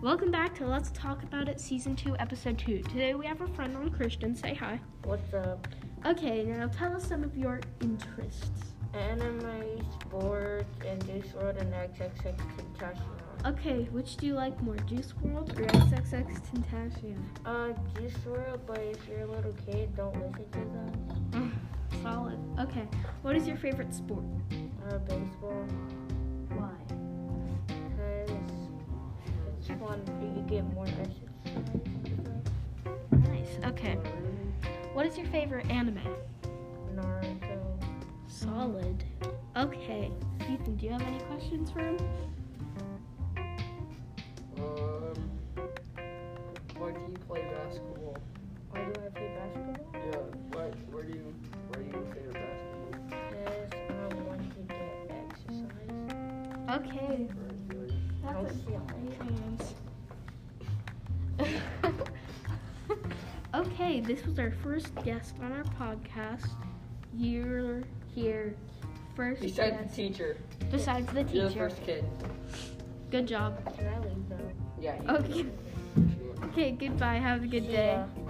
Welcome back to Let's Talk About It Season 2, Episode 2. Today we have our friend on Christian. Say hi. What's up? Okay, now tell us some of your interests. Anime, sports, and Juice World and XXX Tentacion. Okay, which do you like more, Juice World or XXX Tentacion? Uh, Juice World, but if you're a little kid, don't listen to them. Solid. Okay, what is your favorite sport? Uh, baseball, Why? because it's fun. You get more exercise. Nice. Okay, what is your favorite anime? Naruto. Solid. Okay, Ethan, do you have any questions for him? Um, where do you play basketball? Why do I play basketball? Yeah, where, where do you where do you play your basketball? Because I want to get exercise. Okay, Right there. Don't that's feel it. okay, this was our first guest on our podcast. You're here, first Besides the guest, teacher, besides the teacher. you're the first kid. Good job. Can I leave though? Yeah. You Okay. Okay, goodbye. Have a good day. Yeah.